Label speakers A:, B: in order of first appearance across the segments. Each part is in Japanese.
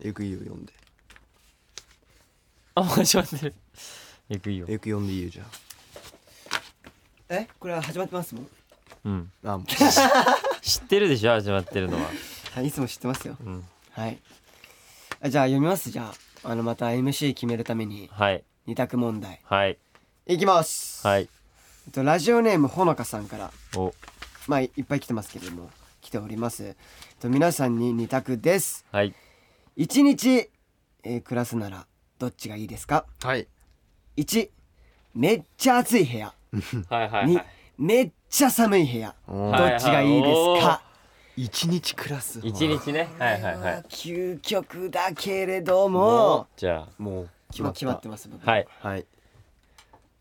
A: エクイを読んで
B: あ始まってるよくいいよ
A: エク読んでいいよじゃ
C: えこれは始まってますもん
B: うん
A: ああもう
B: 知ってるでしょ始まってるのは
C: はいいつも知ってますよ
B: うん
C: はいあじゃあ読みますじゃああのまた MC 決めるために
B: はい
C: 二択問題
B: はい
C: いきます
B: はい
C: えっとラジオネームほのかさんから
B: お
C: まあいいっぱい来てますけれども来ておりますえっと皆さんに二択です
B: はい
C: 一日、えー暮らすならどっちがいいですか
A: はい
C: 一めっちゃ暑い部屋
B: はいは
C: 二めっちゃ寒い部屋
A: お
C: ど
A: ー
C: っちがいいですか
A: 一日暮らす
B: 一日ねはいはいはい
C: 究極だけれど
A: も
C: も
B: じゃ
A: もう決ま
C: もう
A: った
C: 決まってます僕
B: あはいい
A: たはい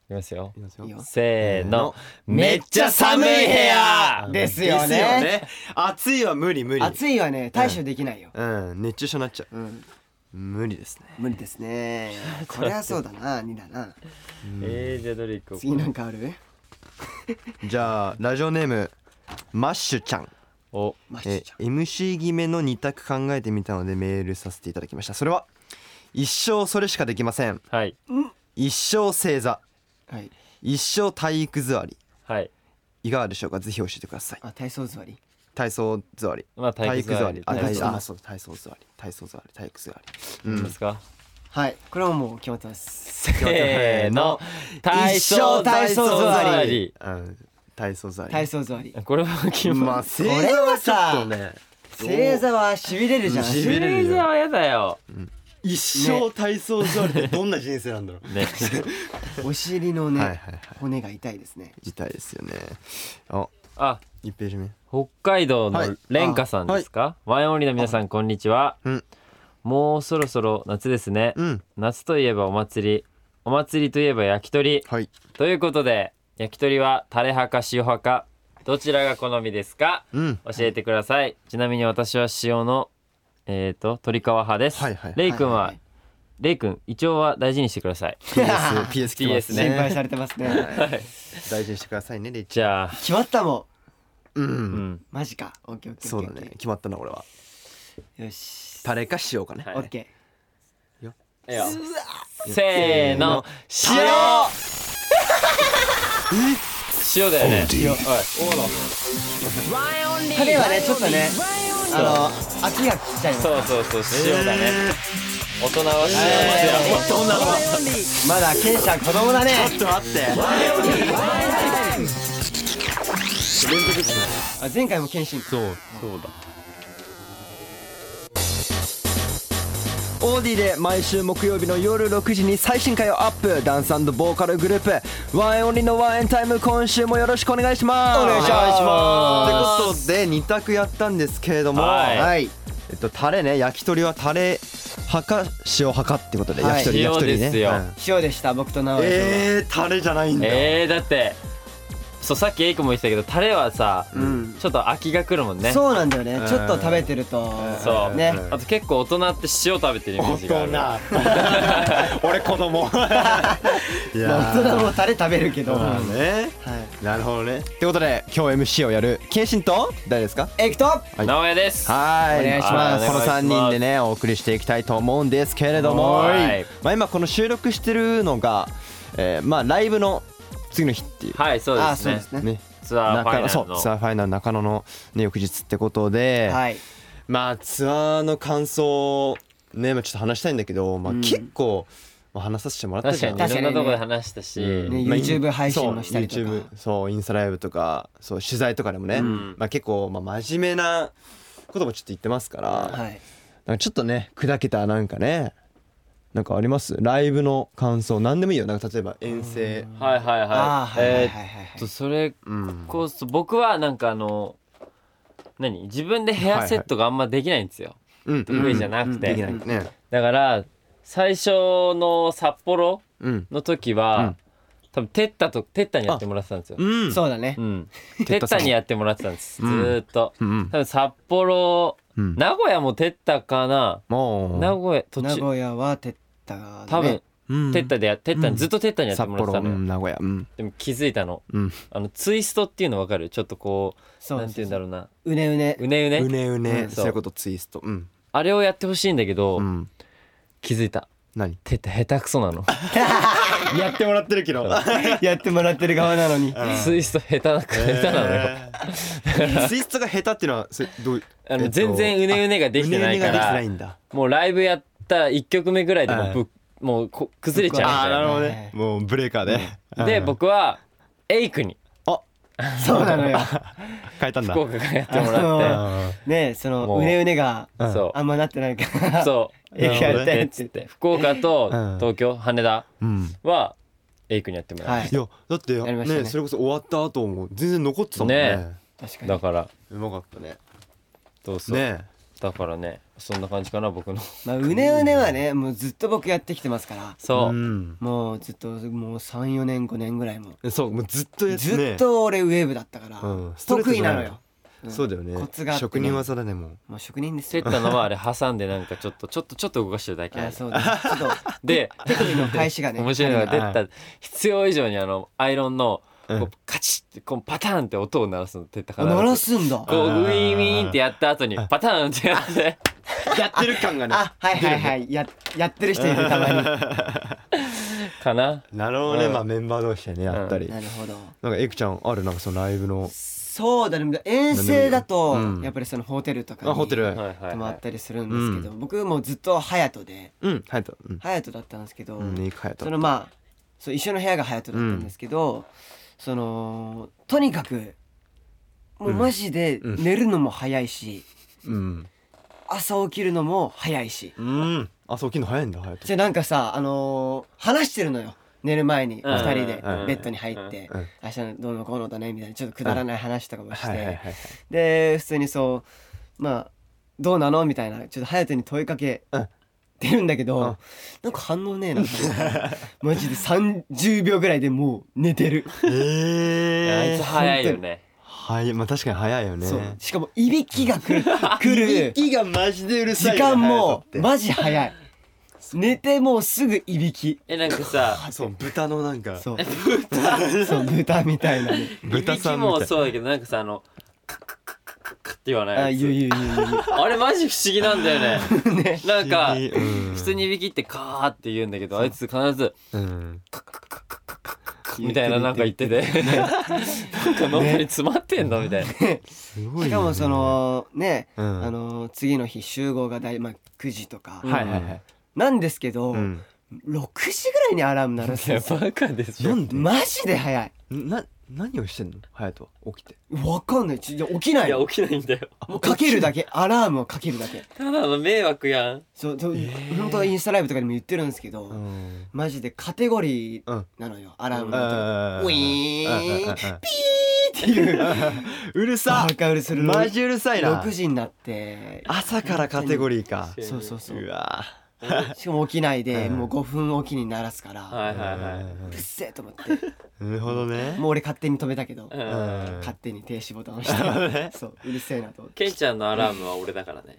B: きますよ
A: いきます
C: いいよ
B: せーの
A: めっちゃ寒い部屋
C: ですよね
A: 暑いは無理無理
C: 暑いはね対処できないよ、
A: うん熱中症になっちゃう
C: うん、
A: 無理ですね
C: 無理ですねこれはそうだな2だな
B: えー、じゃあどれいこう
C: 次なんかある
A: じゃあラジオネームマッシュちゃん
B: お
C: マッシ
A: え
C: ュちゃん
A: ー MC 決めの2択考えてみたのでメールさせていただきましたそれは一生それしかできません
B: はい
A: 一生正座
C: はい、
A: 一生体育座り
B: はい
A: いかがでしょうかぜひ教えてください
C: あ体操座り
A: 体操座り
B: まあ体育座り
A: あ
B: 体
A: 体
B: 育
A: 育
B: 座り
A: あそう体操座り体操座り体育座りう
B: いい
A: ん
B: ですか
C: はいこれはもう決まってます
B: せーの
C: 一生体操座
B: り
A: うん体操座り
C: 体操座り
B: これは決
A: ま
B: ま
A: あ
B: っ
A: 正
C: これ
A: 座はちょっ
C: は
A: と
C: さ
A: ね
C: 正座はしびれるじゃん
A: うん
B: て
A: 痺れるよ
B: 正座はやだよ
A: 一生体操座りってどんな人生なんだろう
B: ね
C: お尻のね、
A: はいはいはい
C: 骨が痛いですね
A: 自体ですよねあ
B: あ
A: 一ページ目
B: 北海道
A: はい
B: のレンカさんですか、ワインオンリーの皆さんこんにちは、
A: うん
B: もうそろそろ夏ですね、
A: うん
B: 夏といえばお祭りお祭りといえば焼き鳥
A: はい
B: ということで焼き鳥はタレ派か塩派かどちらが好みですか
A: うん
B: 教えてくださいちなみに私は塩のえっ、と鳥皮派です、
A: はいはい
B: レイ君は、
C: はい
B: レイ君胃腸は大事にしてください
A: PS PS 来てます
C: 心配
A: ね
C: されてますね
A: 大事にしてくださいねレイち
B: じゃあ
C: 決まったもん
A: ゃんう
B: うんん
C: マジかオッケーオッケー
A: そ
C: オ
A: う
C: ッケー
A: だね 決まったな俺は
C: よし
A: タレか塩かね
B: はい
C: オッケ
B: いいよせーの
A: 塩
B: 塩だよね塩
C: ータレはねちょっとねあの秋が来ちゃいます
B: そうそうそう塩だね、大人は塩
C: え
B: ですよ、大人は
C: まだケンちゃん子供だね
A: ちょっと待って
C: あ前回も謙信
B: そうそうだ
A: オーディで毎週木曜日の夜6時に最新回をアップダンスボーカルグループワンエンオンリーのワンエンタイム今週もよろしくお願いしますお
C: 願いし
B: ます
A: ってことで2択やったんですけれども
B: はい
C: い
A: えっとタレね焼き鳥はタレ派か塩派かってことで
C: はい
A: 焼き鳥焼き鳥
B: 塩です
A: ね
B: よ
A: うん
C: 塩でした僕と直哉君は
A: えータレじゃないんだ
B: えー、だってそうさっきエイクも言ってたけどタレはさ、
C: ん
B: ちょっと飽きが来るもんね
C: そうなんだよね
A: うん
C: ちょっと食べてると
B: そう
C: ね
B: あと結構大人って塩食べてるイメージがある
A: 大人 俺子供い
C: まあ
A: や
C: 大人
A: ー
C: もタレ食べるけど
A: まあ
C: は
A: ねなるほどねってことで今日 MC をやる謙信と誰ですか
C: いエイクと
A: はい
B: 直江です
A: はい
C: お願いします
A: この
B: お願
A: 3
B: いします
A: 人でねお送りしていきたいと思うんですけれども、
B: はい
A: まあ、今この収録してるのが、えーまあ、ライブの次の日っていう、
B: はいそう
C: あ
B: で
C: ー
B: す
C: そう
B: ね
C: ですね
A: ね
B: ツアーファイ
A: 中
B: ナ
A: 野
B: ル
A: そ
B: の
A: うツアーファイナル中野の、ね、翌日ってことで、
C: はい
A: まあツアーの感想ね、まあ、ちょっと話したいんだけど、まあ、
C: うん
A: 結構、まあ、話させてもらった
B: 確
A: じ
B: か
A: ゃん
B: に
C: 確かにね
B: いろんなとこで話したし、
C: ね
A: まあ
C: YouTube 配信もしたりとか
A: そう YouTube そうインスタライブとかそう取材とかでもね、
B: ん
A: まあ、結構、まあ、真面目なこともちょっと言ってますから、
C: はい
A: なんかちょっとね砕けたなんかねなんかありますライブの感想何でもいいよなんか例えば遠征
B: はいはいはい
C: あーはいは
B: え
C: いはいはい
B: ーっとそれ
A: うん
B: こそ僕はなんかあの何自分でヘアセットがあんまできないんですよ、
A: うん
B: 得意じゃなくて
A: できないね
B: だから最初の札幌
A: うん
B: の時
A: う
B: は
A: ん、
B: 多分テッタとテッタにやってもらってたんですよ。
A: うん
C: そうだね
B: うん、
A: テ
B: テ
A: ッタ
B: ッ
A: さん
B: タにやってもらってたんです。ず
A: うん
B: ーっと。
A: うんうん
B: 多分札幌、
A: うん
B: 名古屋もテッタかな。
A: もう
B: 名古屋途
C: 名
B: 中
C: 古屋はテッタがね
B: 多分
A: うん
B: テッタでやテッタ
A: うん
B: にずっとテッタにやって
A: 札
B: もらって
A: 幌
B: た
A: う
B: のよ。
A: ん名古屋うん
B: でも気づいたの。
A: うん
B: あのツイストっていうのわかる？ちょっとこう
C: そう
B: なんて言うんだろうな。
C: うねうね
B: うねうね。
A: うねう
B: う
A: ね
B: ん
A: そういうことツイストうん
B: あれをやってほしいんだけど、
A: うん
B: 気づいた
A: 何
B: 手って下手くそなの
A: やってもらってる けど
C: やってもらってる側なのに
B: ツイスト下手なく下手なのよ、
A: よツイストが下手っていうのはそれどういう
B: あ
A: え
B: の
A: っと
B: 全然うねうねができてないか
A: うねうねができて
B: ら
A: ないんだ
B: もうライブやった1曲目ぐらいでもうぶっ、もうこ崩れちゃうみ
A: あ
B: た
A: あ
B: い
A: な
B: な
A: るほどねもうブレーカーで
B: で僕はエイクに
C: そうなのよ
A: 変えたんだ
B: 福岡からやっても
C: あ
B: ら
A: あ
B: っ
C: ねその
B: もう
C: うねうねが
A: ーうん
B: そ
C: あんまなってないから
B: てそ
C: エイク やりたいっ
B: う
C: つって
B: 福岡と
A: うん
B: 東京羽田
A: うん
B: はエイクにやってもらう、
C: はい
A: いやだって
C: やりましたね
A: ねそれこそ終わった後も全然残ってたもんね
B: ね
C: 確か
B: だ
C: に
B: から
A: うまかったね
B: どうそう、
A: ね
B: だからねそんな感じかな僕の
C: まあうねうねはねもうずっと僕やってきてますから
B: そう、
A: ん
C: もうずっともう34年5年ぐらいも
A: そうもうずっとやってね
C: ずっと俺ウェーブだったから
A: うんストレート
C: 得
A: じ
C: 意
A: ゃな
C: なの
A: い
C: ようん
A: そうだよね
C: コツがあってね
A: 職人技だねもう
C: もう職人です
B: セ
C: よ
B: ッタのはあれ挟んでなんかちょっとちょっとちょっと動かしてるだけ
C: あそうだちょっと
B: で
C: 手首の返しがね
B: 面白いのが出
A: あ
B: た必要以上にあのアイロンのこ
A: う
B: うんカチッてこうパターンって音を鳴らすのってたか
C: あ
B: ら
C: 鳴らすんだ
B: こうウィンウィンってやった後にパターンってやって
A: やってる感がね
C: あはいはいはいややってる人いるたまに
B: かな
A: なるほどね
B: うん
A: まあメンバー同士でねやったり
C: なるほど
A: なんかエクちゃんあるなんかそのライブの
C: そうだね遠征だと
A: うん
C: やっぱりそのホテルとか
A: あ
C: に
A: ホテル
B: はいはいはい
C: 泊まったりするんですけど僕もうずっと隼人で
A: うんハヤトうん
C: 隼人だったんですけど
A: うんねハヤト
C: そのまあそう一緒の部屋が隼人だったんですけど、そのとにかくもうマジで
A: うん
C: 寝るのも早いし、
A: うん
C: 朝起きるのも早いし、
A: うんあそう起きるの早いんだハヤト
C: じゃあなんかさ、あのー話してるのよ寝る前に
B: うん
C: 2人で
A: うん
C: ベッドに入って
A: うん
C: 明日のどうのこうのだねみたいなちょっとくだらない話とかもして、
A: はいはいはいはい
C: で普通にそうまあどうなのみたいなちょっと隼人に問いかけ
A: うん
C: てるんだけど、
A: うん
C: なんか反応ねえなマジで30秒ぐらいでもう寝てる、
B: いやあい
A: え
B: つ
A: え
B: 早いよね
A: はいまあ確かに早いよね
C: そうしかもいびきが くるくる
A: 息がマジでうる
C: 時
A: さい
C: 間も
A: マ
C: マジ早い寝てもうすぐいびき
B: えなんかさ
A: ジそう豚のなんか
C: そう豚そう豚みたいなね
A: 豚さんみた
B: いびきも
A: い
B: そうだけどなんかさあのカッカッカッカッカッカッって言わな
C: あ
B: いやつ
C: ゆうゆうゆうゆ
B: あれマジ不思議なんだよね
C: うね
B: なんか
A: うん
B: 普通にいびきってカーって言うんだけどあいつ必ず
A: うん
B: カッカッカッカッカッカッカッみたいななんか言っててなんか脳裏に詰まってんのみたいな
A: す ごいよね
C: しかもそのね、
A: うん
C: あの次の日集合がだい、まあ、9時とか、
A: はいはいはい
C: なんですけど、
A: うん
C: 6時ぐらいにアラーム鳴らすん
B: いや
C: ですよ
B: バカでし
A: な
B: ょ
A: んで
C: マジで早い
A: な何をしてんの隼人は起きて
C: わかんないちょいや起きない
B: い
C: の
B: や起きないんだよ
C: もうかけるだけアラームをかけるだけ
B: ただの迷惑やん
C: そう、そう
A: ー
C: 本当はインスタライブとかでも言ってるんですけど、
A: うん
C: マジでカテゴリー
A: うん
C: なのよ、アラーム
A: う
C: の
A: ん
C: ウィー
A: う
C: ン
A: んうん
C: 音っていう
A: うるさ
C: バカ売れするの
A: マジうるさいな
C: 6時になって
A: 朝からカテゴリーか
C: そうそうそうう
A: わ
C: しかも起きないで
A: うん
C: もう5分おきに鳴らすから、
B: はいはいは
A: う
B: い
A: ん
C: うっせえと思って
A: なるほどね
C: もう俺勝手に止めたけど、
B: うん
A: うん
C: 勝手に停止ボタン 押
A: なるほど
C: し
A: ね
C: てそううるせえなと思って
B: ケンちゃんのアラームは俺だからね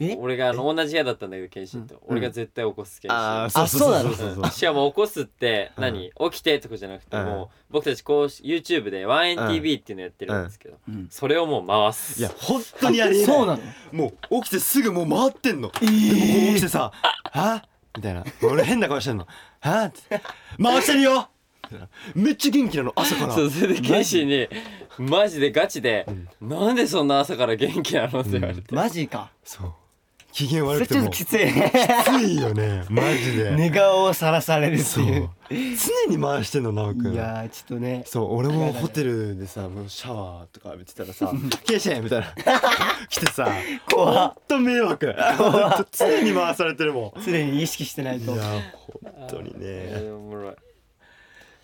C: え
B: 俺があの同じ部屋だったんだけどケンシンと俺が絶対起こすケンシ
A: あ
B: ン
A: ーそうそうそうそう
B: うんしかも起こすって何起きてとかじゃなくて
A: うん
B: もう僕たちこう YouTube で 1NTV っていうのやってるんですけど
C: うん
B: それをもう回す
A: いや本当にあれ
C: そうなの
A: もう起きてすぐもう回ってんの
C: え
A: こう起きてさ「はみたいな俺変な顔してんの「はって回してるよみたいなめっちゃ元気なの朝から
B: そうそれでケンシンにマジでガチで
A: うん
B: 「なんでそんな朝から元気なの?」って言われて
C: マジか
A: そう機嫌
C: そ
A: 悪
C: れ
A: く
C: ち
A: て
C: ょっ
A: も
C: と
A: き
C: きつい
A: ついよねマジで、
C: 寝顔をさらされるって
A: そう
C: いう
A: 常に回してんの直く
C: い
A: ん
C: やーちょっとね
A: そう俺もホテルでさもうシャワーとか浴びてたら さ「ケイシェン!」みたいな来てさほ
C: 怖
A: んと迷惑ほんと常に回されてるも
C: 常に意識してない
A: んい
C: と
A: や本当に
B: あ
A: ね
B: ーおもろい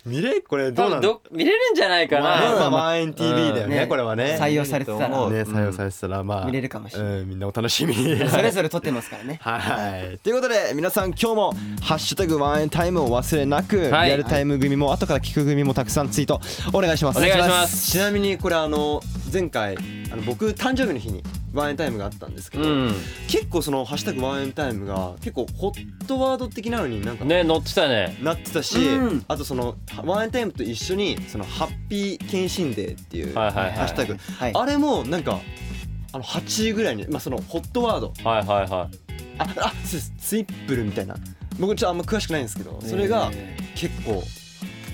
A: 見れこれど
B: 多
A: うな
B: 分
A: の
B: ど見れるんじゃないか
A: まあ
B: な
A: まあまあ NTV だよね
C: ね
A: これはね
C: 採用されてたら
A: ね、採用されてたら、まあ、
C: 見れるかもしれ
A: うん、みんなお楽しみに。
C: それぞれ撮ってますからね
A: はい、ということで皆さん今日も「ハッシュタグワンエンタイム」を忘れなく、
B: はい
A: リアルタイム組も後から聞く組もたくさんツイートお願いします
B: お願いします
A: ちなみにこれあの前回あの僕誕生日の日にワンエンタイムがあったんですけ
B: う
A: ど、
B: ん
A: 結構その「ハッシュタグワンエンタイム」が結構ホットワード的なのになんか
B: ね乗ってたね
A: なってたし、
C: うん
A: あとそのワンエンタイムと一緒にそのハッピー検診デーっていう、
B: はいはいはい
A: ハッシュタグ、
C: はい
A: あれもなんかあの8位ぐらいに、まあ、そのホットワード
B: はいはいはい
A: ああそうですツイップルみたいな僕ちょっとあんま詳しくないんですけどそれが結構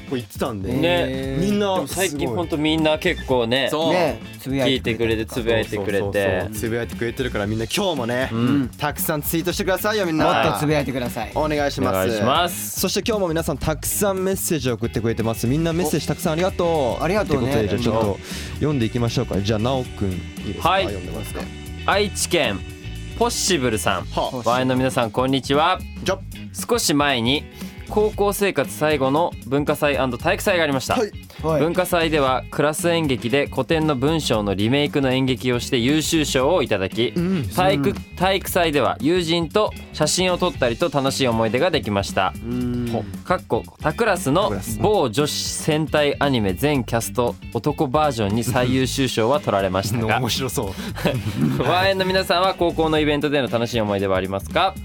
A: こう言ってたんで、
B: ね
A: みん
B: で
A: な
B: も最近ほん
A: 当
B: とみんな結構ね
A: そう
C: ねつぶや
B: 聞
C: い
B: いて
C: て
B: く
C: く
B: れ
C: れ
B: て
C: て
B: つ
C: つ
B: ぶやいてくれて
A: つぶやいてくれてるからみんな今日もね、
B: うん
A: たくさんツイートしてくださいよみんな
C: もっとつぶやいてください
A: お願いし
B: お
A: ます
B: 願いします
A: そして今日も皆さんたくさんメッセージを送ってくれてますみんなメッセージたくさんありがとう
C: ありがとうね
A: ってことでじゃあちょっと読んでいきましょうかじゃあなおくんいいですか、
B: はい
A: 読んでますか
B: 愛知県ポッシブルさん
A: は
B: ワインの皆さんこんにちは
A: あじゃ
B: 少し前に高校生活最後の文化祭体育祭がありました、
A: はい
C: はい
B: 文化祭ではクラス演劇で古典の文章のリメイクの演劇をして優秀賞をいただき、
A: ん
B: 体育体育祭では友人と写真を撮ったりと楽しい思い出ができました
A: ほ
B: かっこ他クラス
A: 他
B: の
A: クラス
B: 某女子戦隊アニメ全キャスト男バージョンに最優秀賞は取られまし た
A: の
B: が
A: 面白そう
B: ワーエンの皆さんは高校のイベントでの楽しい思い出はありますか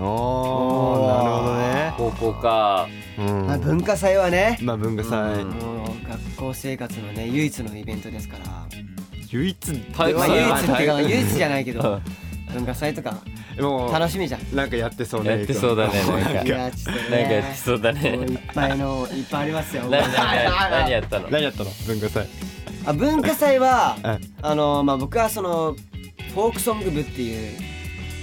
A: おーなるほ
B: 高校か
A: ど
C: まあ
A: ね、
C: 文化祭はね
A: うん、まあ文化祭、
B: うん
C: もう学校生活のね唯一のイベントですから
A: 唯一
B: 体育
C: まあ
B: 祭
C: 唯
B: は
C: 一っていうか
B: 体育
C: 唯一じゃないけど
B: う
C: 文化祭とか
A: もう
C: 楽しみじゃん
A: なんかやってそうね
B: やってそうだねなんか
C: いやちょっと
B: なんかやって
C: ね
B: そうだ
C: も う
B: ね
C: いっぱいのいっぱいありますよ
B: 何何何何やった の
A: 何やったの文化祭
C: あ文化祭は
A: うん
C: あのまあ僕はそのフォークソング部っていう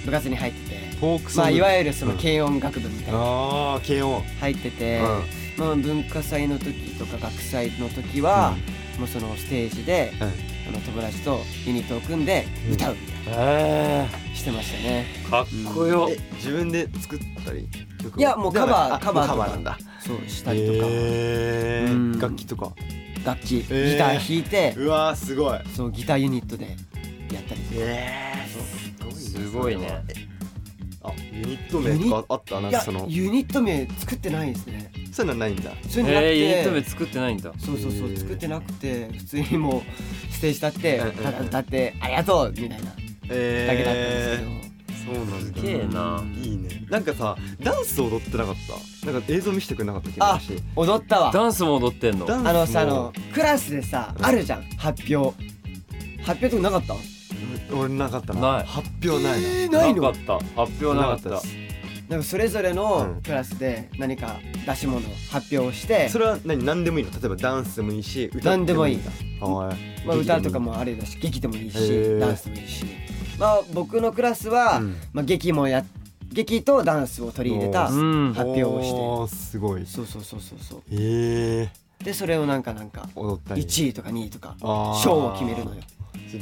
C: 部活に入ってて
A: フォークソング
C: まあいわゆるその軽音楽部みたいな
A: ああ軽音
C: 入ってて、
A: うん
C: まあ文化祭の時とか学祭の時は、もうそのステージで、
A: うん
C: あの友達とユニットを組んで
A: うん
C: 歌うみたい
B: え
C: なしてましたね、
B: ーかっこよ
A: え自分で作ったり曲を
C: いやもうカバー
A: あ
C: カバー
A: もう
C: と
A: カバ
C: か
A: ーなんだ
C: そうしたりとか、
A: へ
C: う
A: ー
C: ん
A: 楽器とか
C: 楽器、
A: えー
C: ギター弾いて
A: うわーすごい
C: そうギターユニットでやったりとか
A: え
B: すごいね
A: あユニット
C: ユ
A: 名
C: ニ
A: とかあったなん
C: い
A: か
C: や
A: その
C: ユニット名作ってないですね
A: そういうのはないんだ
C: そういうのなく
B: えー
C: て、
B: ユニット名作ってないんだ
C: そうそうそ
A: へ
C: う
A: ー
C: 作ってなくて普通にも うステージ立って
A: うんうん
C: ただ歌って「ありがとう」みたいなだけだったんです
A: え
C: けど、
A: ーそうなんだ
B: すげえな
A: うんいいねなんかさダンス踊ってなかったなんか映像見せてくれなかった気がして
C: 踊ったわ
B: ダンスも踊ってんの
A: ダンスも
C: あのさあのクラスでさ
A: うん
C: あるじゃん発表発表とかなかった
A: 俺なかったな
B: ない
A: 発表ないな、
C: えーない
B: な
C: の
B: かった発表なかった
A: なかったです
C: なんかそれぞれ
A: うん
C: のクラスで何か出し物発表をして、
A: それは何何でもいいの例えばダンスでもいいし歌
C: 何でもいい
A: んだはい
C: まあ、歌とかもあれだし劇でもい
A: へ
C: い
A: ー
C: しダンスもいいしまあ僕のクラスは、
A: うん
C: まあ、劇もや劇とダンスを取り入れ
A: お
C: た発
B: ー
C: 表をして
A: おーすごい
C: そうそうそうそうそう
A: へえ
C: でそれをなんかなんか
A: 踊ったり
C: 1位とか2位とか
A: あー
C: 賞を決めるのよ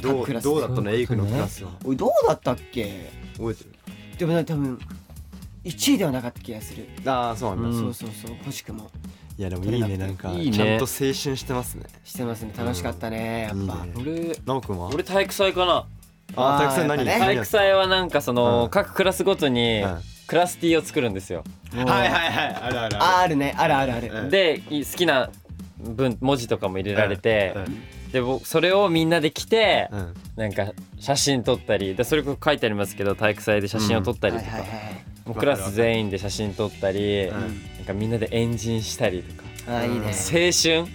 A: ど
C: 各ク
A: う
C: ラス
A: どうだったのエイクのクラスは
C: おいどうだったっけ
A: 覚えてる
C: でもね多分1位ではなかった気がする、
A: ああそうなんだ、
B: うん
C: そうそうそう欲しくも
A: いやでもいいねなんか
B: いいね
A: ちゃんと青春してますね
C: してますね楽しかったね、
A: うん
C: やっぱ
A: いいね
B: 俺
A: なおくんは
B: 俺体育祭かな
A: あー体育祭
C: あ
A: 何
C: ーやっぱ
A: 何
B: 体
A: や
B: 育
A: った
B: 祭はなんかその、
A: うん
B: 各クラスごとに
A: うん
B: クラスティを作るんですよ、
C: もう
A: はいはいはいあるある
C: あ
A: あ
C: あるねあるあるある、
A: うん
B: でい好きな文文字とかも入れ
A: る
B: られて、で僕それをみんなで着て、
A: うんうん
B: なんか写真撮ったりでそれこそ書いてありますけど体育祭で写真を撮ったりとか、
C: はいはいはい
B: もうクラス全員で写真撮ったり、
A: うん
B: なんかみんなでエンジンしたりとか、
C: ああいいね
B: 青春
A: うん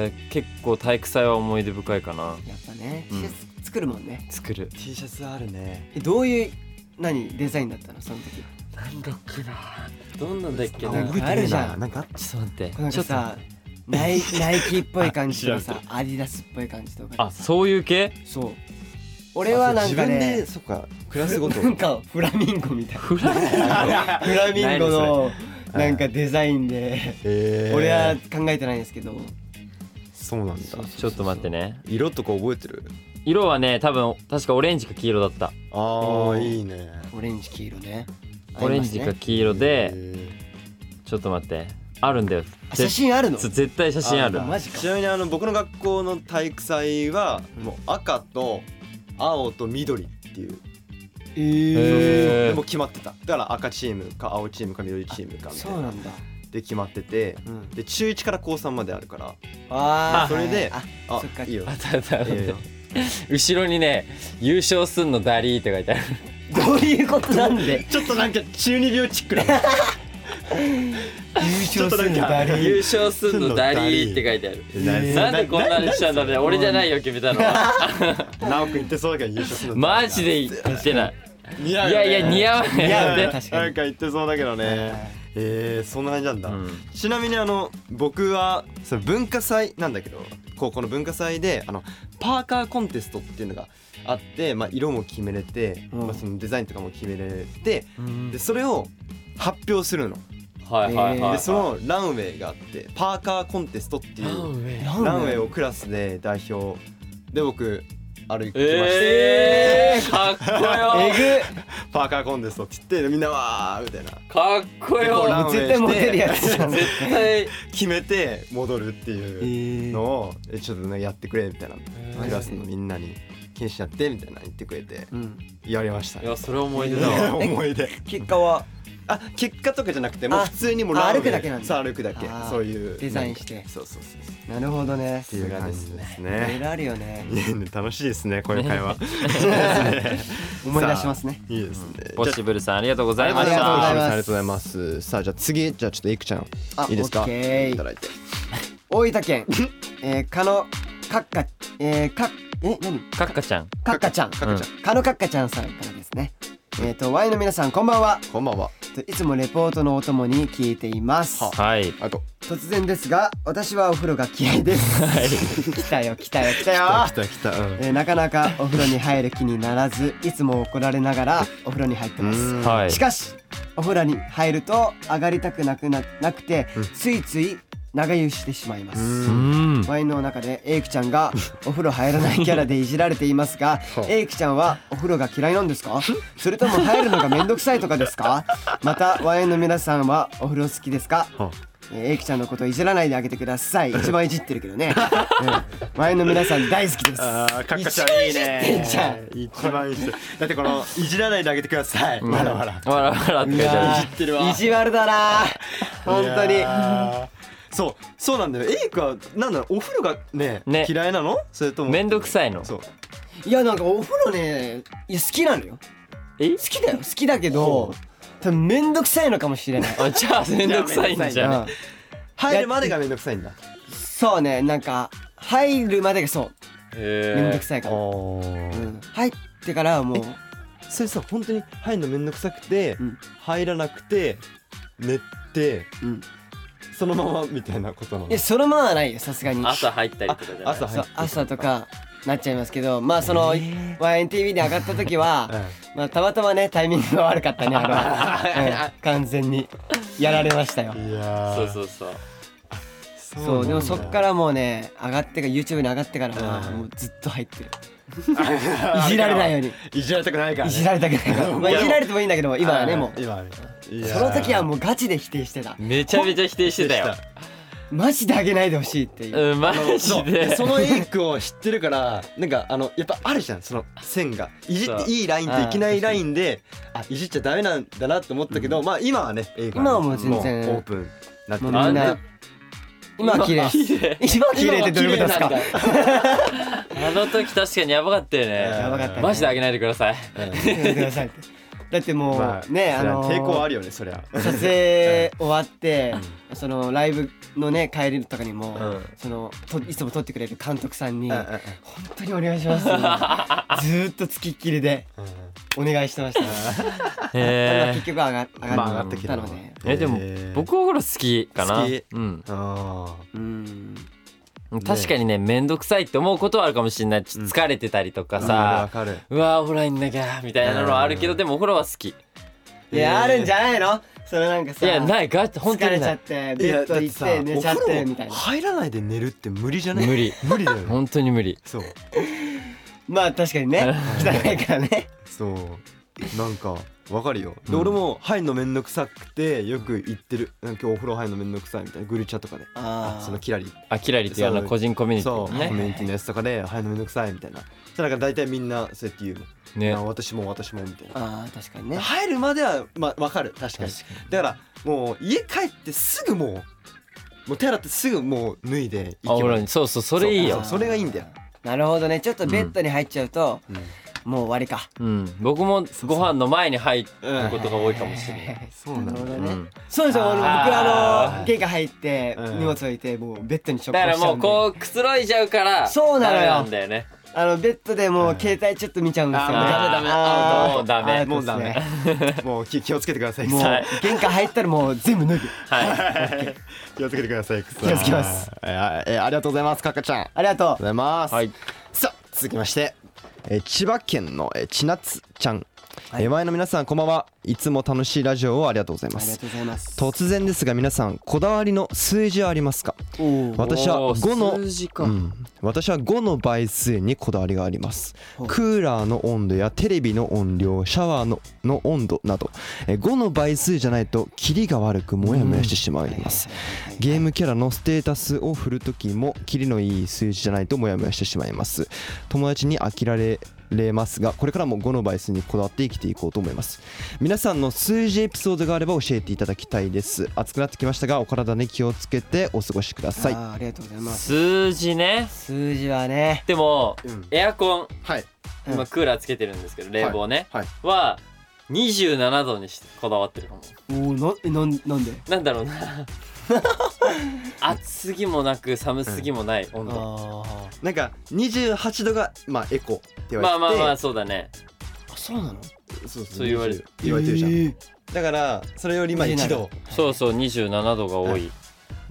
B: いや結構体育祭は思い出深いかな
C: やっぱね
B: うん
C: T シャツ作るもんね、
B: 作る
A: T シャツあるね
C: えどういう何デザインだったのその時
B: なんだっけなどんなんだっけ
A: あ
B: な
C: なん
A: 覚えてねえ
C: かあるじゃん
A: なんかあっ
B: ちょっと待って
C: なん
B: ちょ
C: か
B: っと待っ
C: さ
B: て
C: ナイナイキっぽい感じとか
A: 調
C: さアディダスっぽい感じとか
B: あそういう系
C: そう俺はなんか
A: 自分
C: ね
A: でそっかクラスごと
C: なんかフラミンゴみたいな
B: フラミンゴ
C: フラミンゴの
A: れ
C: なんかデザインで
A: へー
C: 俺は考えてないんですけど
A: そうなんだ
C: そうそう
B: ちょっと待ってね
A: 色とか覚えてる
B: 色はね多分確かオレンジか黄色だった
A: ああいいね
C: オレンジ黄 色ね
B: オレンジ
C: 合い
B: か
C: ますね
B: 黄色で、
A: へー
B: ちょっと待ってあるんだよ
C: あ写真あるの
B: ぜ絶対写真ある
C: あマジか
A: ちなみにあの僕の学校の体育祭はもう赤と青と緑っていう、
C: え
B: へー
A: でもう決まってただから赤チームか青チームか緑チームかみた
C: そ
A: いうな
C: なんだ
A: で決まってて
C: うん
A: で中1から高3まであるから
C: あー
A: それで
C: あ
A: あ
C: そっか
A: いいよ
B: あったあったあっ
A: いいよ
B: た後ろにね優勝すんのダリーって書いてある
C: どういうことなんで
A: ちょっとなんか中二病チックな ちょっとなんか
C: 誰
B: 優勝すんのダリーって書いてあ るなんでこんなにしたんだね俺じゃないよ決めたのは
A: 直くん言ってそうだけど優勝す るの
B: マジで言ってない
A: 似
B: いやいや似
A: 合
B: 合わ
A: うよね
B: ない
A: 似合う
B: で
A: よねなんか言ってそうだけどねえー、そんな感じなんだ、
B: うん
A: ちなみにあの僕はその文化祭なんだけど高校の文化祭であのパーカーコンテストっていうのがあって、まあ、色も決めれて、
C: うん
A: まあ、そのデザインとかも決めれて
B: うん
A: でそれを発表するの
B: はいはいはい
A: でそのランウェイがあってパーカーコンテストっていうランウェイをクラスで代表で僕歩きました、
B: えー、かっこよ
C: え
A: パーカーコンテストって言ってみんなわーみたいな
B: かっこ
A: でこうラ
B: よ
A: ンウェイして
C: 絶対モテるやつじゃん
B: 絶対
A: 決めて戻るっていうの
C: の
A: をえちょっとねやってくれみたいなクラスのみんなに気にしちゃってみたいな言ってくれて
C: うん
A: 言われました
B: い
A: ね
B: やそれ思い出
A: い
B: だ
A: や
B: わ
A: 思い出
C: 結果は
A: あ結果とかじゃなくてもう
C: あ
A: 普通にもう
C: あ
A: ランウェイ
C: 歩くだけなんだ
A: そう歩くだけ
C: あー
A: そういう
C: デザインして
A: そうそうそうそうっ
C: なるほどね
A: ていう感じです
C: いろい
A: ね
C: ろあるよね
A: いやね楽しいですねこういう会話
C: 思い出しますね
A: いいですね
B: ポッシブルさんありがとうございまし
C: ありがとうござい
B: た
C: ま
A: あ
C: す
A: りがとうございますさあじゃあ次じゃあちょっといくちゃん
C: あ
A: いいです
C: オ
A: か
C: ッケー
A: いただいて
C: 大分県えー、かのかっかえー、かえ何
B: カッカちゃん
C: かっかちゃん
B: かっか
C: かのかっかちゃんさんからですねえっ、ー、とワイの皆さんこんばんは
A: こんばんは
C: といつもレポートのお供に聞いています
B: はい
A: あと
C: 突然ですが私はお風呂が嫌いです、 来たよ来たよ来たよ
A: 来た来たうん
C: えーなかなかお風呂に入る気にならずいつも怒られながらお風呂に入ってます
A: うん
B: はい
C: しかしお風呂に入ると上がりたくなくななくて、ついつい長湯してしまいます
B: うん
C: ワインの中でエイクちゃんがお風呂入らないキャラでいじられていますが
A: はあ
C: エイクちゃんはお風呂が嫌いなんですかそれとも入るのがめんどくさいとかで すかまたワインの皆さんはお風呂好きですか
A: は
C: えーエイキちゃんのこといじらないであげてください一番いじってるけ どね、うん、ワインの皆さん大好きです
A: あーカッカちゃんいいね
C: じゃん
A: 一番いいですだってこのいじらないであげてくださいわらわら
B: わらわらって書いてある
A: いじってるわ
C: 意地悪だな本当
A: い
C: に
A: やーそうそうなんだよエイクはなんだろうお風呂がね
B: ね
A: 嫌いなのそれとも
B: めんどくさいの
A: そう
C: いやなんかお風呂ねいや好きなのよ
B: え
C: 好きだよ好きだけど多分めんどくさいのかもしれない、
B: あじゃあめんどくさいんじ
C: う
B: ゃん
C: ん、
A: 入るまでがめんどくさいんだ
C: そうねなんか入るまでがそうめんど
B: え
C: くさいから、
A: お
C: うん、入ってからはもう
A: それさ本当に入るのめんどくさくて
C: うん
A: 入らなくて寝て
C: うん
A: そのままみたいなことなの
C: いやそのままはないよさすがに
B: 朝入ったりとかじゃない
A: あ朝
C: そう
A: 入って
C: 朝とかなっちゃいますけどまあその YNTV に上がった時は、まあ、たまたまねタイミングが悪かったねあれは、うん完全にやられましたよ
A: いや
B: そう
A: う
B: そうそう
C: そうでもそっかららもうね上がってから YouTube に上がってからは
A: うん
C: もうずっと入ってるいじられないように
A: いじられたくないから
C: い
A: ね
C: じられたくないから、まあ、いじられてもいいんだけど今はねもう
A: 今はね
C: その時はもうガチで否定してた
B: めちゃめちゃ否定してたよ
C: マジであげないでほしいっていう
B: うんマ
A: そ
B: ジ
A: う
B: で
A: でそのエイクを知ってるからなんかあのやっぱあるじゃんその線がいじっていいラインといけないラインであいじっちゃダメなんだなって思ったけど、まあ今はねエイク
C: 今はもう全然
A: もうオープンになって
C: もう
A: る
C: みん
B: あ
C: なん
B: た
C: 今は綺麗今は綺麗ってどういうことですか
A: 今は
B: あの時確かにやばかったよ
A: や
B: ね
A: ばかった
C: ね
B: マジであげないでください
C: やめてくださいってだってもう、
A: まあ
C: ねあ
A: そりゃ
C: のー
A: 抵抗あるよねそりゃ
C: 撮影終わって、そのライブのね帰りとかにも、
A: うん
C: そのといつも撮ってくれる監督さんに、
A: うんうん
C: 本当にお願いします、ずーっとつきっきりでお願いしてました、まあ
B: へ
C: 結局上が上が
A: まあ上がってき
C: た
A: たの
C: の
A: は
C: で、
B: えでも
A: へー
B: 僕はほら好きかな
A: 好き
B: うん
A: あ
C: うん
B: 確かにねめんどくさいって思うことはあるかもしれないちょっと疲れてたりとか
A: ーわ
B: さ
A: かる
B: うわお風呂入んなきゃみたいなのはあるけど
A: うん
B: でもお風呂は好きい
C: いやあるんじゃないのそれなんかさ
B: やないガチ本当
C: 疲れ
B: に
C: ち
B: な
C: ゃっ
B: い
C: て
A: い
C: ベ
A: やだ
C: ッド
A: って
C: 行っ
A: さ
C: て寝ちゃって
A: お
C: み
A: 風呂
C: たいな
A: 入らないで寝るって無理じゃない
B: 無理
A: 無理だよね
B: 本当に無理
A: そう
C: まあ確かにね汚いからね
A: そうなんかわかるよで、俺も入るのめんどくさくてよく言ってるなんか今日お風呂入るのめんどくさいみたいなグルチャとかで
C: あ
A: そのキラリ
B: あキラリっていうあの個人コミュニテ
A: そう、コ
B: ィ
A: メ
B: ね
A: ンティのやつとかで入るのめんどくさいみたいなそれなんか大体みんなそうやって言う
B: ね
A: の、あ私も私もみたいな
C: あー確かにね
A: 入るまではまあわかる確かに
B: 確
A: だからもう家帰ってすぐもうもう手洗ってすぐもう脱いで
B: あ
A: 行け
B: 俺
A: ば
B: らにそうそうそれいい
A: そ
B: よ
A: うそれがいいんだよ
C: なるほどねちょっとベッドに入っちゃうと、もう終わりか
B: うん、僕もご飯の前に入ることが多いかもしれない。
A: そうなんだ
C: なるほど
B: う
C: ね
B: ん
C: そうですよ俺僕
B: あー
C: あの玄関入って
A: うん
C: 荷物置いてもうベッドに直行
B: だから
C: しちゃ
B: も
C: う
B: うんこ
C: で
B: うくつろいじゃうから
C: そうなのよ
B: ダメなんだよね
C: あのベッドでもう携帯ちょっと見ちゃうんですよね
B: あーもうダメダメ
C: あー
A: もうダメ
C: アウトですね
A: もう気気をつけてください
C: もう
A: 草
C: 玄関入ったらもう全部脱ぐ
B: はい
A: 気をつけてください草
C: 気をつけます
A: えーえーありがとうございますかっかちゃんありがと
C: ありがと
A: うご
C: う
A: ざいます、
B: はい
A: さあ続きまして、えー千葉県の、えー、ちなつちゃん、えー前の皆さんこんばんはいつも楽しいラジオをありがとうございま
C: ありが
A: す
C: とうございます
A: 突然ですが皆さんこだわりの数字はありますか
C: おー
A: 私は
B: おー
A: 5の
B: 数字か
A: うん、私は5の倍数にこだわりがあります
C: ほう
A: クーラーの温度やテレビの音量シャワーのの温度などえ5の倍数じゃないとキリが悪くモヤモヤしてしまいますゲームキャラのステータスを振るときもキリのいい数字じゃないとモヤモヤしてしまいます友達に飽きられれますがこれからも5の倍数にこだわって生きていこうと思います皆さんの数字エピソードがあれば教えていただきたいです暑くなってきましたがお体に気をつけてお過ごしください
C: あーありがとうございます
B: 数字ね
C: 数字はね
B: でも、
A: うん
B: エアコン
A: はい
B: 今クーラーつけてるんですけど冷房ね、
A: はい
B: は27度にしてこだわってるかも
C: おーななんなんで
B: なんだろうな暑すぎもなく寒すぎもない温度、
C: あ
A: なんか28度がまあエコって言われて
B: まあまあまあそうだね
C: あそうなの
A: そうそう
B: そう言われる
A: 20言われてるじゃん、
C: え
A: だからそれよりまあ1度
B: そうそう27度が多い、